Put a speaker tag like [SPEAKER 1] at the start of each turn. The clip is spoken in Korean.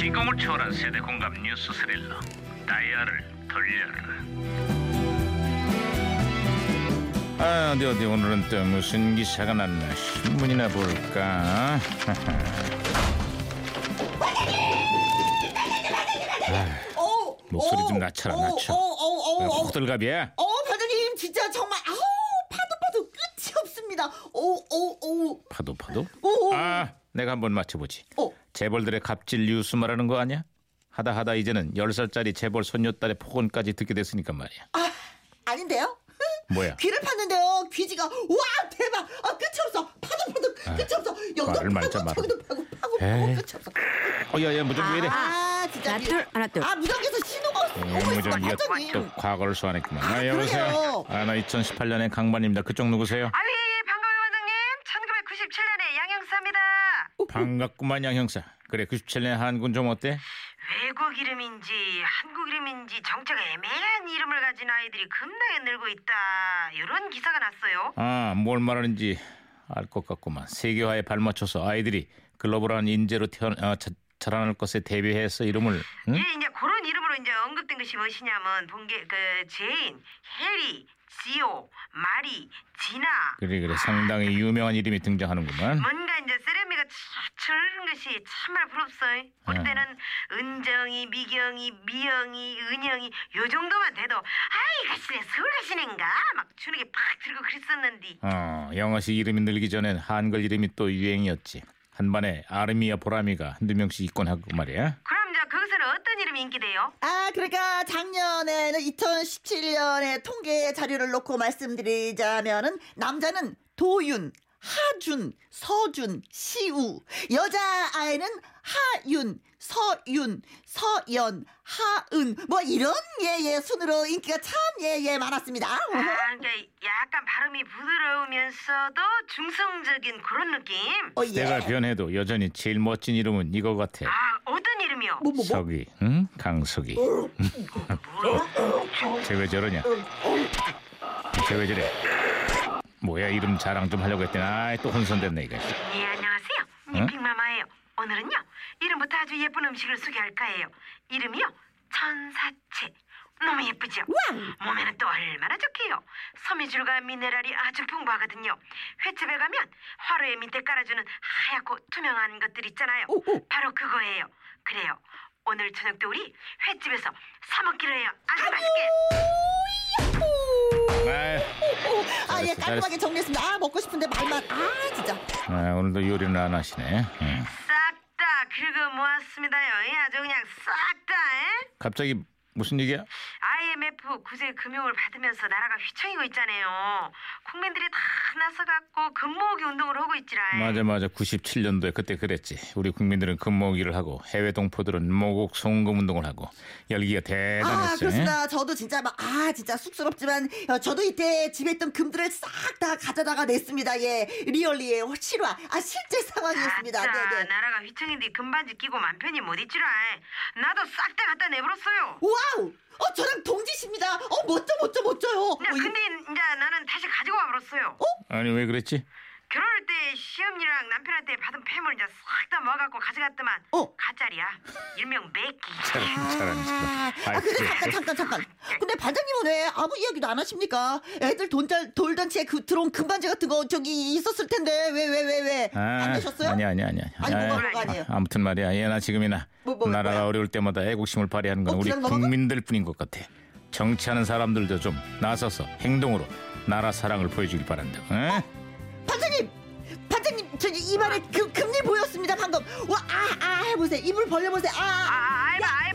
[SPEAKER 1] 즐거움을 초월한 세대 공감 뉴스 스릴러 다이아를 돌려라
[SPEAKER 2] 아, 어디 어디 오늘은 또 무슨 기사가 났나 신문이나 볼까.
[SPEAKER 3] 어우,
[SPEAKER 2] 목소리
[SPEAKER 3] 어우,
[SPEAKER 2] 좀 낮춰라,
[SPEAKER 3] 어우,
[SPEAKER 2] 낮춰.
[SPEAKER 3] 어우, 어우, 어우, 어우.
[SPEAKER 2] 호들갑이야.
[SPEAKER 3] 어우, 반장님 진짜 정말 아우 파도 파도 끝이 없습니다. 어우 어우 어우
[SPEAKER 2] 파도 파도.
[SPEAKER 3] 어우
[SPEAKER 2] 아, 내가 한번 맞춰보지.
[SPEAKER 3] 어.
[SPEAKER 2] 재벌들의 갑질 뉴스 말하는 거 아니야? 하다 하다 이제는 열 살짜리 재벌 손녀딸의 폭언까지 듣게 됐으니까 말이야.
[SPEAKER 3] 아 아닌데요?
[SPEAKER 2] 뭐야?
[SPEAKER 3] 귀를 팠는데요 귀지가 와 대박 아 끝이 없어 파도 파도 끝, 끝이 없어
[SPEAKER 2] 아, 말을
[SPEAKER 3] 여기도
[SPEAKER 2] 말자,
[SPEAKER 3] 파고
[SPEAKER 2] 말을.
[SPEAKER 3] 저기도 파고 파고 파고
[SPEAKER 2] 에이.
[SPEAKER 3] 끝이 없어.
[SPEAKER 2] 어야야 무전기 왜 이래?
[SPEAKER 3] 아 진짜
[SPEAKER 4] 하나, 둘, 하나, 둘.
[SPEAKER 3] 아 무전기에서 신호가 왔어. 아,
[SPEAKER 2] 예, 무전기가 또
[SPEAKER 3] 반장님
[SPEAKER 2] 과거를 소환했구만.
[SPEAKER 3] 아,
[SPEAKER 2] 아, 여보세요.
[SPEAKER 3] 그래요.
[SPEAKER 2] 아, 나 2018년의 강반입니다. 그쪽 누구세요?
[SPEAKER 5] 아유 예, 예 반가워요 원장님 1997년에 양형사입니다
[SPEAKER 2] 반갑구만 양 형사. 그래 97년 한군 좀 어때?
[SPEAKER 5] 외국 이름인지 한국 이름인지 정체가 애매한 이름을 가진 아이들이 겁나게 늘고 있다 이런 기사가 났어요
[SPEAKER 2] 아, 뭘 말하는지 알 것 같구만. 세계화에 발맞춰서 아이들이 글로벌한 인재로 태어나, 아, 자, 자라날 것에 대비해서 이름을 응?
[SPEAKER 5] 예 이제 그런 이름으로 이제 언급된 것이 무엇이냐면 본게 그 제인 해리 지오 마리 지나
[SPEAKER 2] 그래 그래 상당히 유명한 이름이 등장하는구만.
[SPEAKER 5] 뭔가 이제 세레미가 철은 것이 참말 부럽소요.
[SPEAKER 2] 음.
[SPEAKER 5] 우리 때는 은정이, 미경이, 미영이, 은영이 요 정도만 돼도 아이 가시네 서울가시는가 막 주는 게 팍 들고 그랬었는데
[SPEAKER 2] 어, 영어식 이름이 늘기 전엔 한글 이름이 또 유행이었지. 한반에 아름이와 보람이가 한두 명씩 입건하고 말이야.
[SPEAKER 5] 그럼 저 거기서는 어떤 이름이 인기돼요?
[SPEAKER 3] 아, 그러니까 작년에는 2017년에 통계 자료를 놓고 말씀드리자면은 남자는 도윤, 하준, 서준, 시우, 여자 아이는 하윤, 서윤, 서연, 하은 뭐 이런 예예 순으로 인기가 참 예예 많았습니다.
[SPEAKER 5] 아 그러니까 약간 발음이 부드러우면서도 중성적인 그런 느낌
[SPEAKER 3] 어,
[SPEAKER 2] 내가 변해도 여전히 제일 멋진 이름은 이거 같아.
[SPEAKER 5] 아 어떤 이름이요?
[SPEAKER 3] 뭐, 뭐, 뭐.
[SPEAKER 2] 석이, 응? 강석이. 쟤왜 저러냐? 쟤왜 저래? 뭐야 이름 자랑 좀 하려고 했더니 아또 혼선됐네 이거.
[SPEAKER 5] 예 안녕하세요
[SPEAKER 2] 응?
[SPEAKER 5] 니핑마마예요 오늘은요 이름부터 아주 예쁜 음식을 소개할 거예요 이름이요 천사채 너무 예쁘죠 몸에는 또 얼마나 좋게요 섬유질과 미네랄이 아주 풍부하거든요 횟집에 가면 화로에 밑에 깔아주는 하얗고 투명한 것들 있잖아요 바로 그거예요 그래요 오늘 저녁 때 우리 횟집에서 사 먹기로 해요 아주 맛있게
[SPEAKER 3] 아,
[SPEAKER 2] 아이,
[SPEAKER 3] 예,
[SPEAKER 2] 잘했어, 잘했어.
[SPEAKER 3] 깔끔하게 정리했습니다. 아, 먹고 싶은데 말만. 아, 진짜.
[SPEAKER 2] 아, 오늘도 요리는 안 하시네. 응.
[SPEAKER 5] 싹 다 긁어 모았습니다요 예, 아주 그냥 싹다 예?
[SPEAKER 2] 갑자기 무슨 얘기야?
[SPEAKER 5] IMF 구제 금융을 받으면서 나라가 휘청이고 있잖아요. 국민들이 다 나서갖고 금모으기 운동을 하고 있지라.
[SPEAKER 2] 맞아 맞아 97년도에 그때 그랬지. 우리 국민들은 금모으기를 하고 해외 동포들은 모국 송금 운동을 하고 열기가
[SPEAKER 3] 아,
[SPEAKER 2] 대단했어.
[SPEAKER 3] 그렇습니다. 저도 진짜 막, 아, 진짜 쑥스럽지만, 어, 저도 이때 집에 있던 금들을 싹 다 가져다가 냈습니다. 예. 리얼리의 실화. 아, 실제 상황이었습니다.
[SPEAKER 5] 아따,
[SPEAKER 3] 네네.
[SPEAKER 5] 나라가 휘청인데 금반지 끼고 맘 편히 못 있지라. 나도 싹 다 갖다 내버렸어요.
[SPEAKER 3] 와우! 어, 저랑 동지십니다. 어, 멋져, 멋져, 멋져요. 어,
[SPEAKER 5] 야,
[SPEAKER 3] 이-
[SPEAKER 5] 근데 이제 나는 다시 가지고 와버렸어요.
[SPEAKER 2] 아니 왜 그랬지?
[SPEAKER 5] 결혼할 때 시험이랑 남편한테 받은 팸을 이제 싹 다 모아갖고 가져갔더만
[SPEAKER 3] 어.
[SPEAKER 5] 가짜리야. 일명 맥기.
[SPEAKER 2] 잘한 잘한
[SPEAKER 3] 아,
[SPEAKER 2] 잘한.
[SPEAKER 3] 아,
[SPEAKER 2] 아이,
[SPEAKER 3] 근데
[SPEAKER 2] 그래.
[SPEAKER 3] 잠깐, 잠깐, 잠깐. 근데 반장님은 왜 아무 이야기도 안 하십니까? 애들 돈잘 돌잔치에 그 들어온 금반지 같은 거 저기 있었을 텐데, 왜, 왜, 왜, 왜? 안 내셨어요?
[SPEAKER 2] 아니 아니 아니 아니.
[SPEAKER 3] 아니, 뭐가
[SPEAKER 2] 아이,
[SPEAKER 3] 뭐가 아니에요?
[SPEAKER 2] 아, 아무튼 말이야. 얘나 지금이나
[SPEAKER 3] 뭐, 뭐,
[SPEAKER 2] 나라가
[SPEAKER 3] 뭐야?
[SPEAKER 2] 어려울 때마다 애국심을 발휘하는 건
[SPEAKER 3] 어,
[SPEAKER 2] 우리
[SPEAKER 3] 그냥 넘어가?
[SPEAKER 2] 국민들뿐인 것 같아. 정치하는 사람들도 좀 나서서 행동으로 나라 사랑을 보여주길 바란다. 응?
[SPEAKER 3] 반장님! 반장님, 저기 입안에 금, 금리 보였습니다, 방금. 와, 아, 아, 해보세요. 입을 벌려보세요. 아,
[SPEAKER 5] 아,
[SPEAKER 3] 아,
[SPEAKER 5] 아이봐, 아이봐,